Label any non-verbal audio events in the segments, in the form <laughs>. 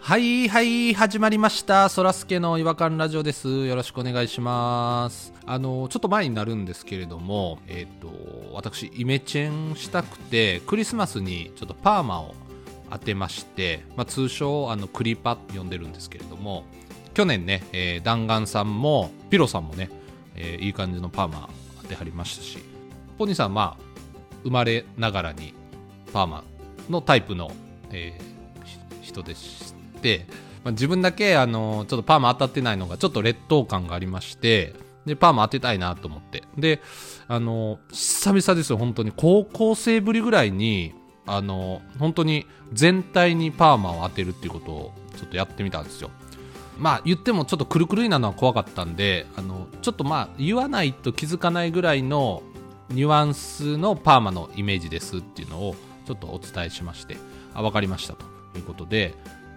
はいはい始まりましたそらすけの違和感ラジオですよろしくお願いしますあのちょっと前になるんですけれどもえっ、と私イメチェンしたくてクリスマスにちょっとパーマを当てまして、まあ、通称あのクリパって呼んでるんですけれども去年ね、えー弾丸さんもピロさんもね、えーいい感じのパーマ当てはりましたしポニーさんまあ生まれながらにパーマのタイプの、えーひ人でして、まあ、自分だけあのちょっとパーマ当たってないのがちょっと劣等感がありましてでパーマ当てたいなと思ってであの久々ですよ本当に高校生ぶりぐらいにあの本当に全体にパーマを当てるっていうことをちょっとやってみたんですよまあ言ってもちょっとくるくるになるのは怖かったんであのちょっとまあ言わないと気づかないぐらいのニュアンスのパーマのイメージですっていうのをちょっとお伝えしましてあ分かりましたということで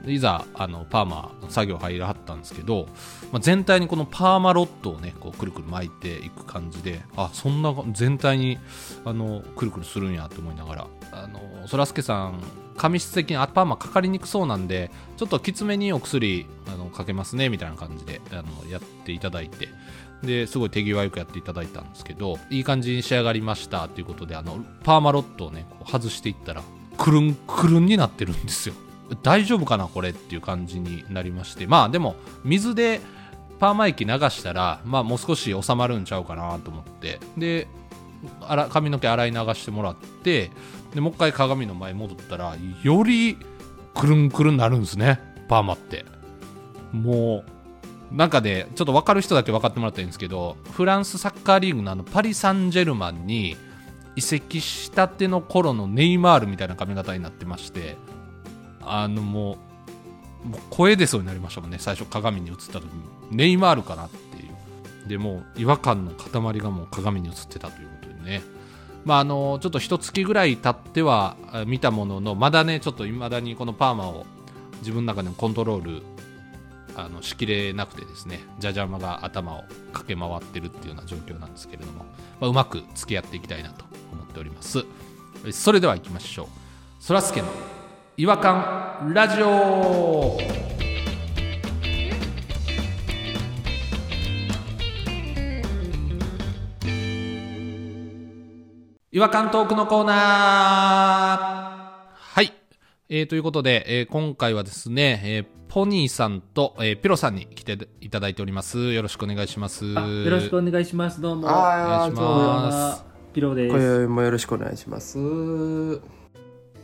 いざあのパーマの作業入らはったんですけど、まあ、全体にこのパーマロットをねこうくるくる巻いていく感じであそんな全体にあのくるくるするんやと思いながらあのそらすけさん髪質的にあパーマかかりにくそうなんでちょっときつめにお薬あのかけますねみたいな感じであのやっていただいてですごい手際よくやっていただいたんですけどいい感じに仕上がりましたということであのパーマロットをねこう外していったらくるんくるんになってるんですよ大丈夫かなこれっていう感じになりましてまあでも水でパーマ液流したらまあもう少し収まるんちゃうかなと思ってであら髪の毛洗い流してもらってでもう一回鏡の前に戻ったらよりくるんくるんなるんですねパーマってもうなんかでちょっと分かる人だけ分かってもらったらいいんですけどフランスサッカーリーグのあのパリ・サンジェルマンに移籍したての頃のネイマールみたいな髪型になってましてあのもうもう声出そうになりましたもんね最初鏡に映った時にネイマールかなっていうでもう違和感の塊がもう鏡に映ってたということでねまああのちょっと一月ぐらい経ってはあ見たもののまだねちょっと未だにこのパーマを自分の中でもコントロールあのしきれなくてですねじゃじゃ馬が頭を駆け回ってるっていうような状況なんですけれども、まあ、うまく付き合っていきたいなと思っておりますそれでは行きましょうそらすけの違和感ラジオ違和感トークのコーナーはい、えーということで、えー今回はですね、えーポニーさんと、えーピロさんに来ていただいておりますよろしくお願いしますあよろしくお願いします。どうも。お願いしどうもまピロです。今宵もよろしくお願いします。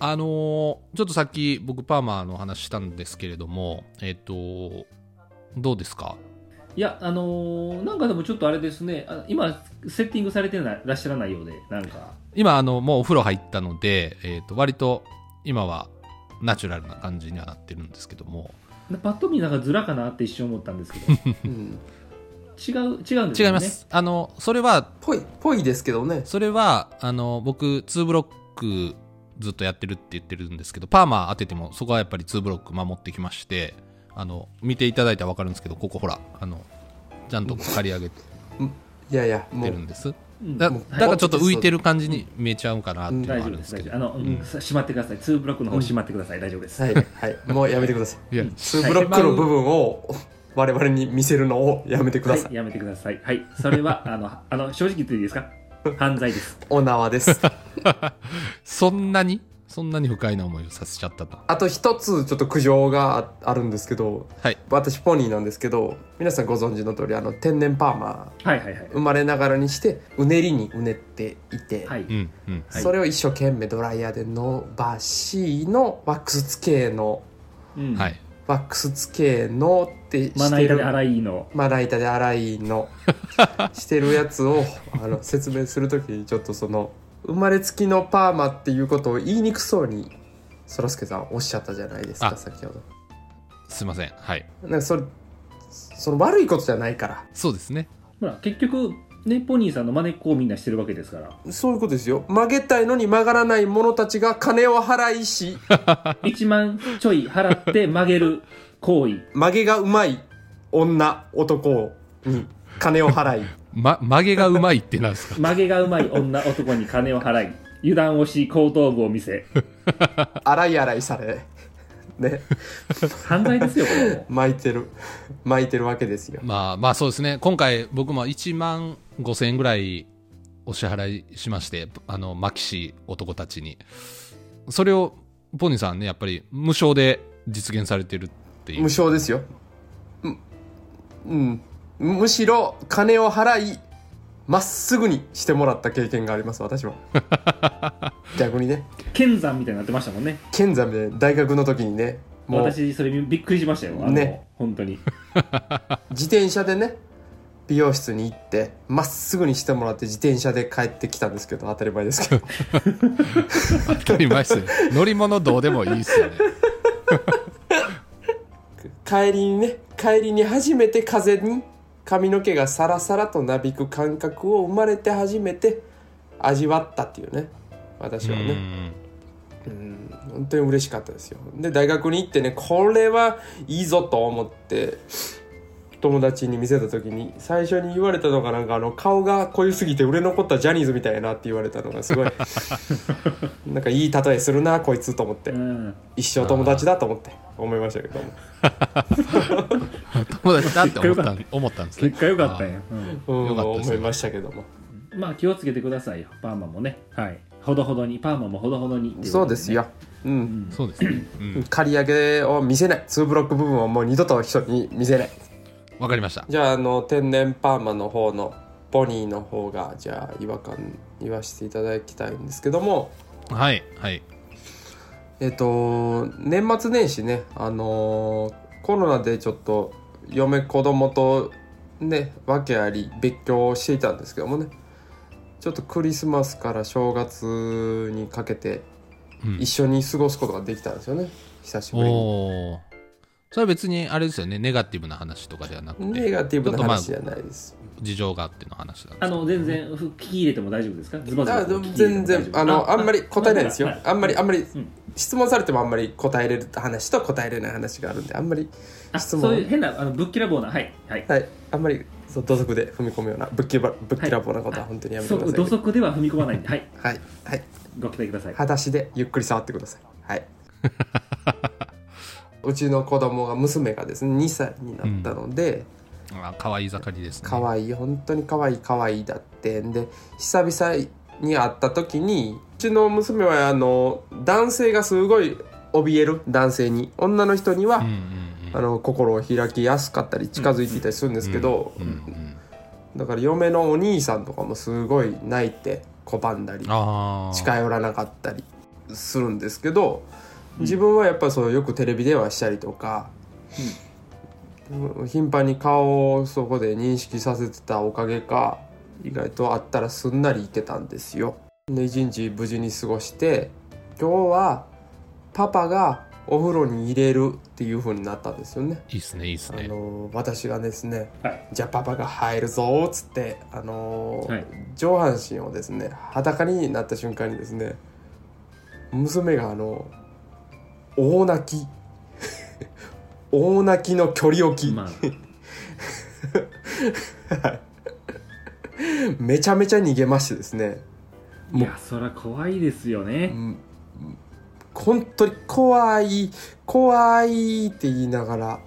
あのーちょっとさっき僕パーマの話したんですけれどもえっ、とどうですかいや、あのーなんかでもちょっとあれですね、あ今、セッティングされてないらっしゃらないようで、なんか、今あのもうお風呂入ったので、えー、と割と今はナチュラルな感じにはなってるんですけどもパッと見なんかズラかなって一瞬思ったんですけど、うん <laughs> 違う、違うんですよね。違いま。すあのそれはぽい、ぽいですけどね。それはあの僕2ブロックずっとやってるって言ってるんですけどパーマ当ててもそこはやっぱり2ブロック守ってきましてあの見ていただいたら分かるんですけどここほらあのちゃんと刈り上げていやいや、もる、うんですうんだもうだからちょっと浮いてる感じに見えちゃうかなっていうの大はあ丈るん夫で、ですすけ大丈ど夫。あの、うんうん閉まってください。ツーブロックの方閉まってください。大丈夫です。はい、はい、もうやめてください。いやツーブロックの部分を我々に見せるのをやめてください。はいやめてください。はい。そ <laughs> れは、あの、あの正直言っていいですか犯罪です。お縄です。そんなにそんなに不快な思いをさせちゃったとあと一つちょっと苦情がああるんですけど、はい私ポニーなんですけど、皆さんご存知の通り、あの天然パーマ、はいはいはい。生まれながらにして、うねりにうねっていて、はい。うんうんはいそれを一生懸命ドライヤーで伸ばしのワックス付けのうんは。いワックス付けのってしてるまな板で洗いの。まな板で洗いの <laughs> してるやつをあの説明するときにちょっとその生まれつきのパーマっていうことを言いにくそうにそらすけさんおっしゃったじゃないですあか先ほどすいませんはいなんかそれその悪いことじゃないからそうですねほら、結局、ね、ポニーさんの真似っこをみんなしてるわけですから。そういうことですよ曲げたいのに曲がらない者たちが金を払いし <laughs> 1万ちょい払って曲げる行為。曲げがうまい女男に金を <laughs> 払いま曲げがうまいってなんです <laughs> か曲げがうまい女男に金を払い。油断をし後頭部を見せ。洗い洗いされね犯罪ですよ、これも。巻いてる巻いてるわけですよまあまあそうですね今回僕も1万5000円ぐらいお支払いしましてあのマキシ男たちにそれをポニーさんねやっぱり無償で実現されてるっていう無償ですようん、うん、むしろ金を払いまっすぐにしてもらった経験があります私は逆にね剣山みたいになってましたもんね。剣山で大学の時にねもう私、それびっくりしましたよ。あの、ね本当に。自転車でね美容室に行ってまっすぐにしてもらって自転車で帰ってきたんですけど当たり前ですけど当たり前っす <laughs> ね乗り物どうでもいいっすよね帰りにね帰りに初めて風に髪の毛がサラサラとなびく感覚を生まれて初めて味わったっていうね私はね、うんうん本当に嬉しかったですよで大学に行ってねこれはいいぞと思って友達に見せた時に最初に言われたのがなんかあの顔が濃ゆすぎて売れ残ったジャニーズみたいやなって言われたのがすごい <laughs> なんかいい例えするなこいつと思ってうん。一生友達だと思って思いましたけども友達だって思ったん思ったんですね結果良かったんや。うんうんよかったです思ねいましたけどもまあ気をつけてくださいよパーマもねはいほどほどにパーマもほどほどにっていそうですよ、うことでん、ね、そうですねうん借り上げを見せない2ブロック部分をもう二度と人に見せないわ、かりましたじゃああの天然パーマの方のポニーの方がじゃあ違和感言わせていただきたいんですけどもはいはいえっと年末年始ねあのーコロナでちょっと嫁子供とね訳あり別居をしていたんですけどもねちょっとクリスマスから正月にかけてうん一緒に過ごすことができたんですよね久しぶりに。おおそれは別にあれですよねネガティブな話とかではなくてネガティブなちょっとまあ話じゃないです。事情があっての話なんであすの全然聞き入れても大丈夫ですかズバズあバでも聞き入れ全ても然あのあんまり答えないですよまあ。まあんまりあんまりん質問されてもあんまり答えれる話と答えれない話があるんであんまりあ質問そういう変なあのぶっきらぼうなはいはいはいあんまりそう土足で踏み込むようなぶっきらぶっきらぼうなことは本当にやめてそくだうさい土ね。足では踏み込まないんではいはいはいご期待ください裸足でゆっくり触ってください。 <laughs> はい。うちの子供が娘がですね2歳になったので。あ可愛い盛りですね可愛い本当に可愛い可愛いだってで久々に会った時にうちの娘はあの男性がすごい怯える男性に女の人には、うんあの心を開きやすかったり近づいていたりするんですけど、うんうんうんうんだから嫁のお兄さんとかもすごい泣いて拒んだりああ近寄らなかったりするんですけど自分はやっぱりそうよくテレビ電話したりとか、うん頻繁に顔をそこで認識させてたおかげか意外と会ったらすんなり行けたんですよ。で一日無事に過ごして今日はパパがお風呂に入れるっていう風になったんですよね。いいっすねいいっすあねの私がですね、はいじゃあパパが入るぞーっつって、あのーはい上半身をですね裸になった瞬間にですね娘があの大泣き <laughs> 大泣きの距離置き、まあめちゃめちゃ逃げましてですねいやそりゃ怖いですようねん本当に怖い怖いって言いながら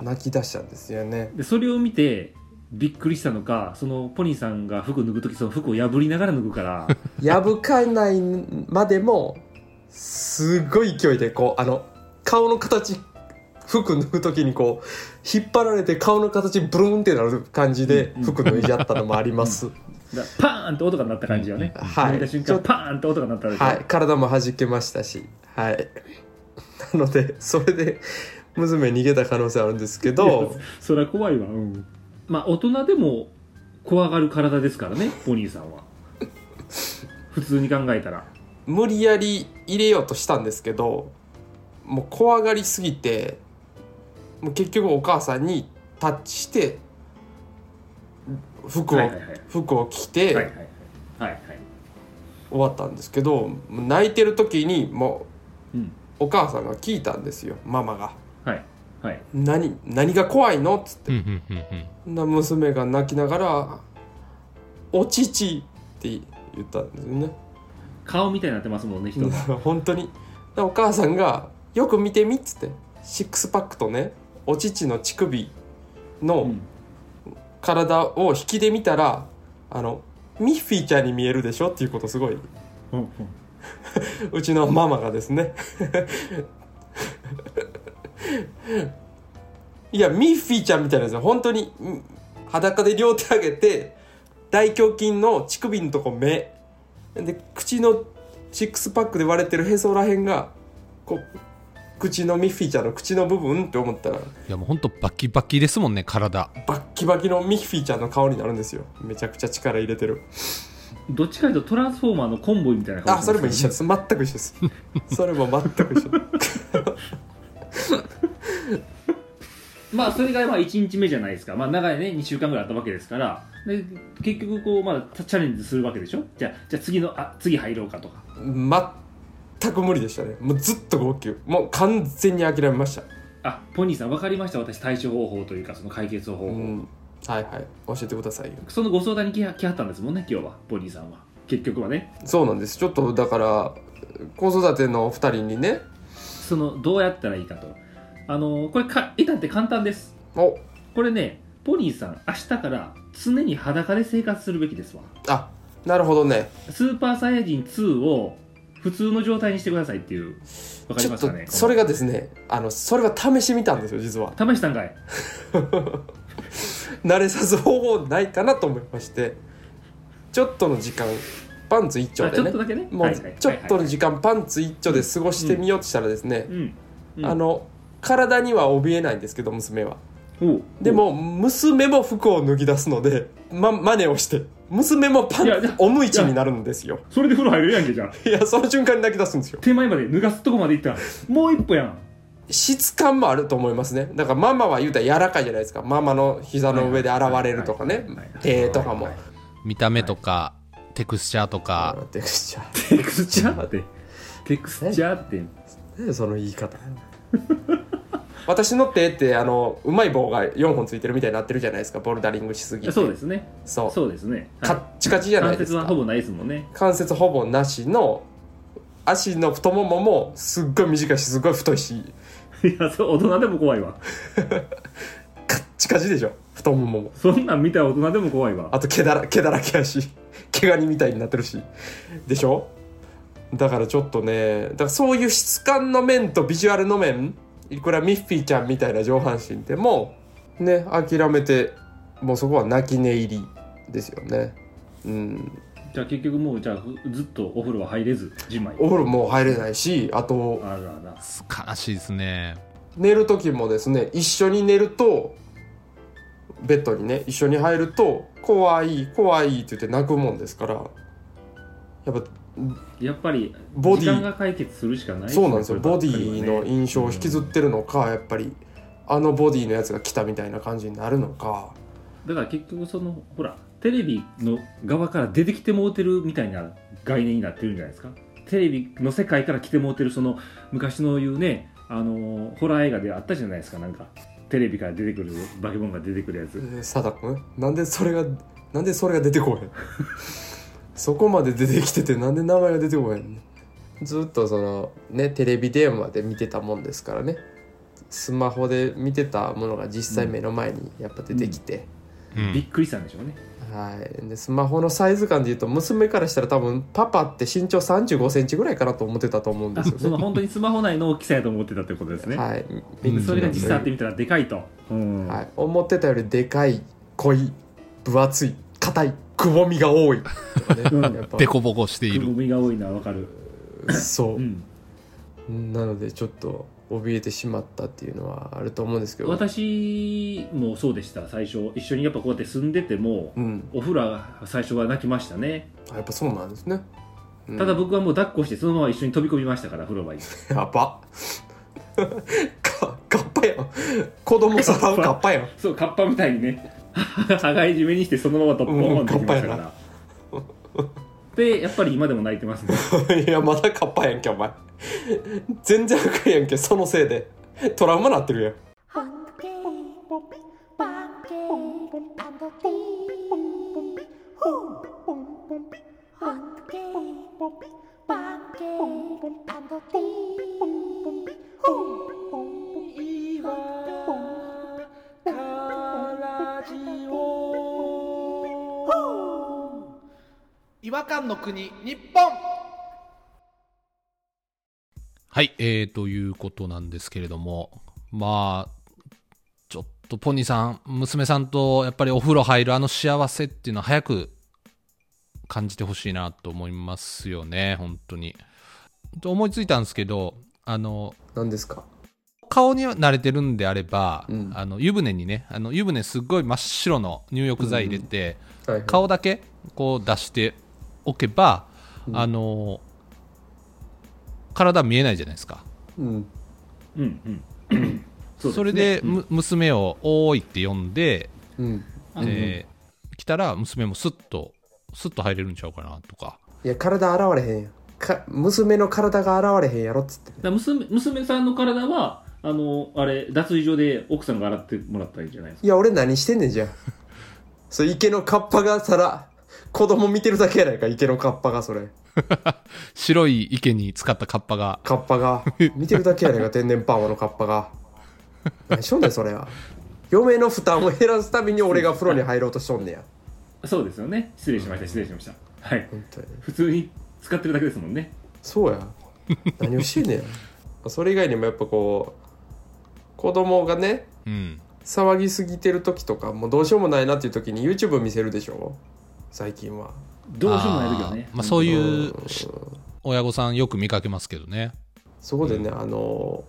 泣き出したんですよね。でそれを見てびっくりしたのかそのポニーさんが服脱ぐ時その服を破りながら脱ぐから <laughs> やぶかないまでもすごい勢いでこうあの顔の形服脱ぐ時にこう引っ張られて顔の形ブルーンってなる感じでうん服脱いじゃったのもあ <laughs> ります、だパーンと音が鳴った感じよねは脱いだ瞬いち間ょっとパーンと音が鳴ったでしょはい体も弾けましたしはいなのでそれで娘逃げた可能性あるんですけどそりゃ怖いわうんまあ大人でも怖がる体ですからねポニーさんは普通に考えたら無理やり入れようとしたんですけどもう怖がりすぎてもう結局お母さんにタッチして服を、はいはいはい服を着はいはいてはいはいはい終わったんですけど、もう泣いてる時にもうんうお母さんが聞いたんですよママがはいはい「何何が怖いの?」っつってうんうんうんうんな娘が泣きながら「お乳」って言ったんですよね。顔みたいになってますもんね人の本当にでお母さんがよく見てみ」っつってシックスパックとねお乳の乳首の、うん体を引きで見たらあのミッフィーちゃんに見えるでしょっていうことすごいうんうんうちのママがですねいやミッフィーちゃんみたいなんですよ本当にうん裸で両手上げて大胸筋の乳首のとこ目で口のシックスパックで割れてるへそらへんがこう口のミッフィーちゃんの口の部分って思ったらいやもうほんとバキバキですもんね体バッキバキのミッフィーちゃんの顔になるんですよめちゃくちゃ力入れてるどっちかというとトランスフォーマーのコンボイみたいなあそれも一緒でです全く一緒ですそれも全く一緒まあそれがまあ1日目じゃないですかまあ長いね2週間ぐらいあったわけですからで結局こうまあチャレンジするわけでしょじゃあじゃあ次のあ次入ろうかとか全く無理でしたねもうずっと号泣もう完全に諦めましたあポニーさん分かりました私対処方法というかその解決方法、うんはいはい教えてくださいよそのご相談に来は来はったんですもんね今日はポニーさんは結局はねそうなんですちょっとだから子育ての2人にねそのどうやったらいいかとあのこれか至って簡単ですおこれねポニーさん明日から常に裸で生活するべきですわあなるほどねスーパーサイヤ人2を普通の状態にしてくださいっていうわかりちょまっすとかねそれがですねあのそれは試してみたんですよ実は試したんかい慣れさす方法ないかなと思いましてちょっとの時間パンツ一丁あちでょっねとだけねもはういはいはいはいちょっとの時間パンツ一丁で過ごしてみようとしたらですね、うん、うんあの体には怯えないんですけど娘はおうでも娘も服を脱ぎ出すのでま真似をして娘もパンいやでおむいちになるんですよそれで風呂入れるやんけじゃんいやその瞬間に泣き出すんですよ手前まで脱がすとこまでいったらもう一歩やん質感もあると思いますねだからママは言うたら柔らかいじゃないですかママの膝の上で現れるとかねはいはいはいはい手とかもはいはい見た目とか、テクスチャーとあか、テクスチャーテクスチャーってテクスチャーって何でその言い方私の手ってあのうまい棒が4本ついてるみたいになってるじゃないですかボルダリングしすぎてそうですねそうそうですねカはッチカチじいゃな関いです節かはほぼないですもんね関節ほぼなしの足の太もももすっごい短いしすっごい太いしいやそう大人でも怖いわカッチカチでしょ太もももそんなん見たら大人でも怖いわあと毛だら毛だらけやし <laughs> 毛ガニみたいになってるしでしょだからちょっとねだからそういう質感の面とビジュアルの面いくらミッフィーちゃんみたいな上半身でもね諦めてもうそこは泣き寝入りですよねうんじゃあ結局もうじゃあふずっとお風呂は入れずじまいお風呂もう入れないしあとあらあら悲しいですね。寝る時もですね一緒に寝るとベッドにね一緒に入ると怖い怖いって言って泣くもんですからやっぱやっぱりボディ時間が解決するしかないそうなんですよこればボっデかりはねィの印象を引きずってるのかやっぱりあのボディのやつが来たみたいな感じになるのかだから結局そのほらテレビの側から出てきてもうてるみたいな概念になってるんじゃないですかテレビの世界から来てもうてるその昔の言うねあのーホラー映画であったじゃないですかなんかテレビから出てくる化け物が出てくるやつ貞子ねなんでそれがなんでそれが出てこへんそこまで出てきててなんで名前が出てこへんのずっとそのねテレビ電話で見てたもんですからねスマホで見てたものが実際目の前にやっぱ出てきて、うびっん。くりしたんでしょうねはいでスマホのサイズ感で言うと娘からしたら多分パパって身長3 5センチぐらいかなと思ってたと思うんであすよそねの本当にスマホ内の大きさやと思ってたということですね、はい、いでそれが実際会ってみたらでかいと、うんはい、思ってたよりでかい濃い分厚い硬いくぼみが多いとかねうんやっぱデコボコしていくぼる。みが多いのはわかる、、そううんなのでちょっと怯えてしまったっていうのはあると思うんですけど私もそうでした最初一緒にやっぱこうやって住んでてもうんお風呂は最初は泣きましたねあやっぱそうなんですね、 <laughs> うんただ僕はもう抱っこしてそのまま一緒に飛び込みましたから風呂場に <laughs> やば <laughs> かカッパやん子供さらうカッパやん <laughs> そうカッパみたいにね羽交い締めにしてそのままドッポーンってきましたから、でやっぱり今でも泣いてますねいやまだカッパやんけお前全然赤いやんけそのせいでトラウマなってるやん Hunky, ラジオ違和感の国日本はい、えー、ということなんですけれどもまあちょっとポニーさん娘さんとやっぱりお風呂入るあの幸せっていうのは早く感じてほしいなと思いますよね本当にと思いついたんですけどあの何ですか顔に慣れてるんであれば、うんあの湯船にねあの湯船すっごい真っ白の入浴剤入れて、はいはい顔だけこう出しておけば、あの体見えないじゃないですかうんうんうんそ,、うすねれで、む娘を「おーい」って呼んで、うんえー来たら娘もスッとスッと入れるんちゃうかなとかいや体現れへんやんか娘の体が現れへんやろっつってだから娘娘さんの体はあのあれ脱衣所で奥さんが洗ってもらったらいいじゃないですかいや俺何してんねんじ <laughs> ゃんそう池のカッパがさら子供見てるだけやないか池のカッパがそれ白い池に使ったカッパがカッパが見てるだけ <laughs> やないか天然パーマのカッパが何しとんねんそれは嫁の負担を減らすために俺が風呂に入ろうとしとんねやそうですよね失礼しました失礼しましたはい本当に普通に使ってるだけですもんねそうや何をしてんね <laughs> やそれ以外にもやっぱこう子供がねうん騒ぎすぎてる時とかもうどうしようもないなっていう時に YouTube 見せるでしょ最近はどうしようもない時はねあーまあ、そうういうーんし親御さんよく見かけますけどねそこでね、あの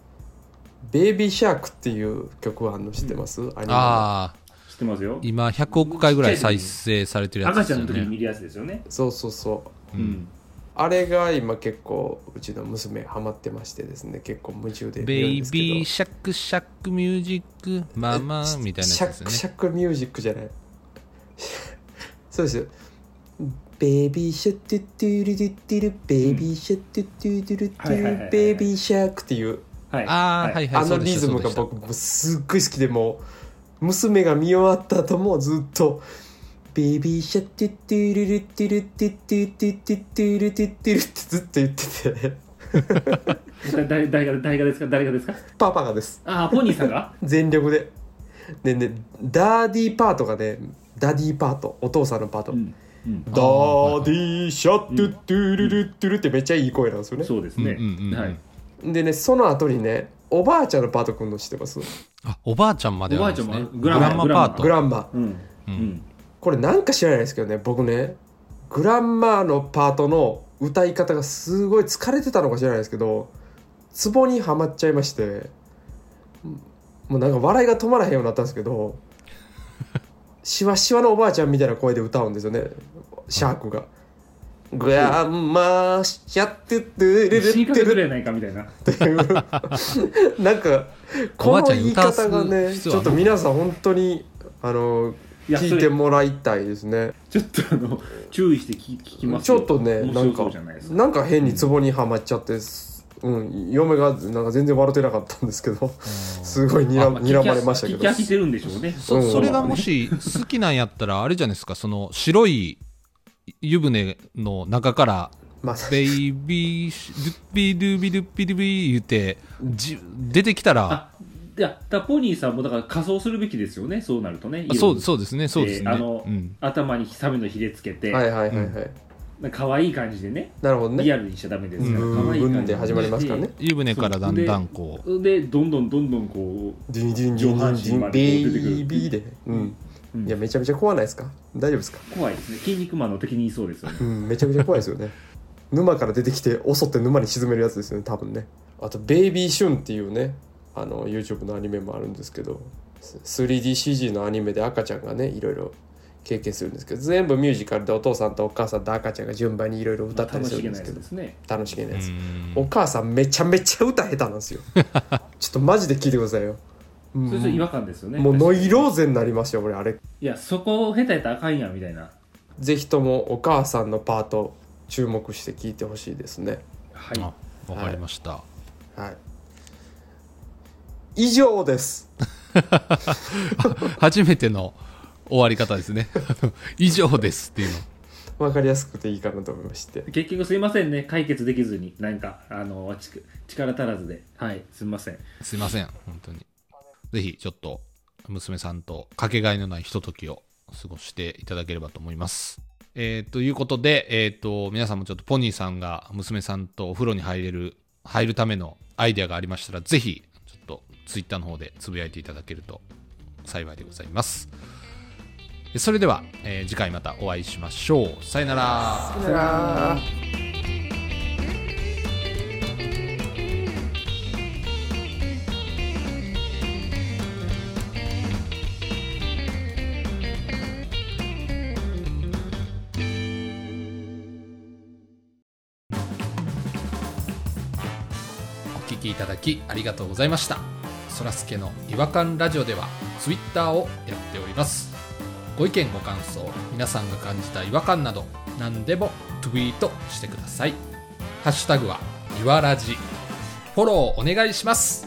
「ベイビーシャーク」っていう曲はあんの知ってます、アニメのああ知ってますよ今100億回ぐらい再生されてるやつで赤すちゃんよの時にね見るやつですよねそうそうそうううんんあれが今結構うちの娘ハマってましてですね結構夢中で見ベるんイですけどビーシャックシャックミュージックママみたいなシャやつッでクすシねャックミュージックじゃない <laughs> そうですよベイビーシャッテュッテュルデュッテュルベイビーシャッテュッテュルデュッテはいはいはいュはいルベイビーシャークっていうはいああはいはいあのリズムがそうでした僕もうすっごい好きでもう娘が見終わった後もずっと「ベイビーシャッテュッテュルルッテュルッテュッテュッテュッテュッテュルテュッテュル」ってずっと言ってて <laughs> だ誰誰が誰がですか誰がですかパパがですああポニーさ <laughs> んが全力ででねダーディーパートがねダディーパートお父さんのパート、うんうんダーディーシャットゥットゥルルットゥルってめっちゃいい声なんですよね、そうですねうんうんうんはいでねその後にねおばあちゃんのパートくんの知ってますあおばあちゃんまであるんですおばあちねゃんもあるグランマグランマパートグランマうんううんんこれなんか知らないですけどね僕ねグランマのパートの歌い方がすごい疲れてたのか知らないですけどツボにはまっちゃいましてもうなんか笑いが止まらへんようになったんですけ <laughs> どしわしわのおばあちゃんみたいな声で歌うんですよねシャークが。グランマシャッテッテルル死にッかテけルるやないかみたいなってい <laughs> うなんかおばあこのちゃん言にい歌わす方がね必ち要あょっると皆さん本当にあのいや聞いてもらいたいですねちょっとあの注意して聞き聞きますちょっとね面な白んかそうじゃないですかなんか変にツボにはまっちゃって、うん、嫁がなんか全然笑ってなかったんですけどすごいにらあにらまれましたけ聞き飽きどてるんでしょうねそうんそれがもし好きなんやったらあれじゃないですかその白い湯船の中からまあ「ベイビーシドゥッピドゥビドゥッピドゥビ」言ってじ出てきたらあいやだからポニーさんもだから仮装するべきですよねそうなるとねあそう色々そうですねそうですね、えーあのうん頭にサメのひれつけて、はいはいはいはい、なんか可愛い感じでねなるほどリねアルにしちゃダメですから、うん可愛い感じうんで始まりますからね湯船からだんだんこうでどんどんどんどんこディンディンディン上ディンディン半身までベこう出てくるイビーで、うんう、うんいやめちゃめちゃ怖ないですか大丈夫ですか、怖いですね筋肉マンの敵に言いそうですよねうん、めちゃめちゃ怖いです <laughs> よね沼から出てきて襲って沼に沈めるやつですよね多分ねあと「ベイビーシュン」っていうねあの YouTube のアニメもあるんですけど 3DCG のアニメで赤ちゃんがねいろいろ経験するんですけど全部ミュージカルでお父さんとお母さんと赤ちゃんが順番にいろいろ歌った楽りすしるげんでなすやけつどですね楽しげなやうつんお母さんめちゃめちゃ歌下手なん <laughs> ですよちょっとマジで聞いてくださいようんそれちょっと違和感ですよねもうノイ確かローゼになりましたよ俺あれにいやそこを下手やったらあかんやんみたいなぜひともお母さんのパート注目して聞いてほしいですねはいあわかりました、はい以上です初めての終わり方ですね <laughs> あの以上ですっていうのわかりやすくていいかなと思いまして結局すいませんね解決できずになんかあのち力足らずではいすいませんすいません本当にぜひちょっと娘さんとかけがえのないひとときを過ごしていただければと思います。えーということで、えーと、皆さんもちょっとポニーさんが娘さんとお風呂に入れる、入るためのアイデアがありましたら、ぜひ、ちょっとツイッターの方でつぶやいていただけると幸いでございます。それでは、えー次回またお会いしましょう。さよなら。さよならお聞きいただきありがとうございましたそらすけの違和感ラジオではツイッターをやっておりますご意見ご感想皆さんが感じた違和感など何でもツイートしてくださいハッシュタグはいわらじフォローお願いします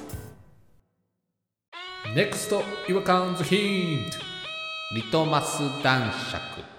NEXT 違和感ズヒントリトマス男爵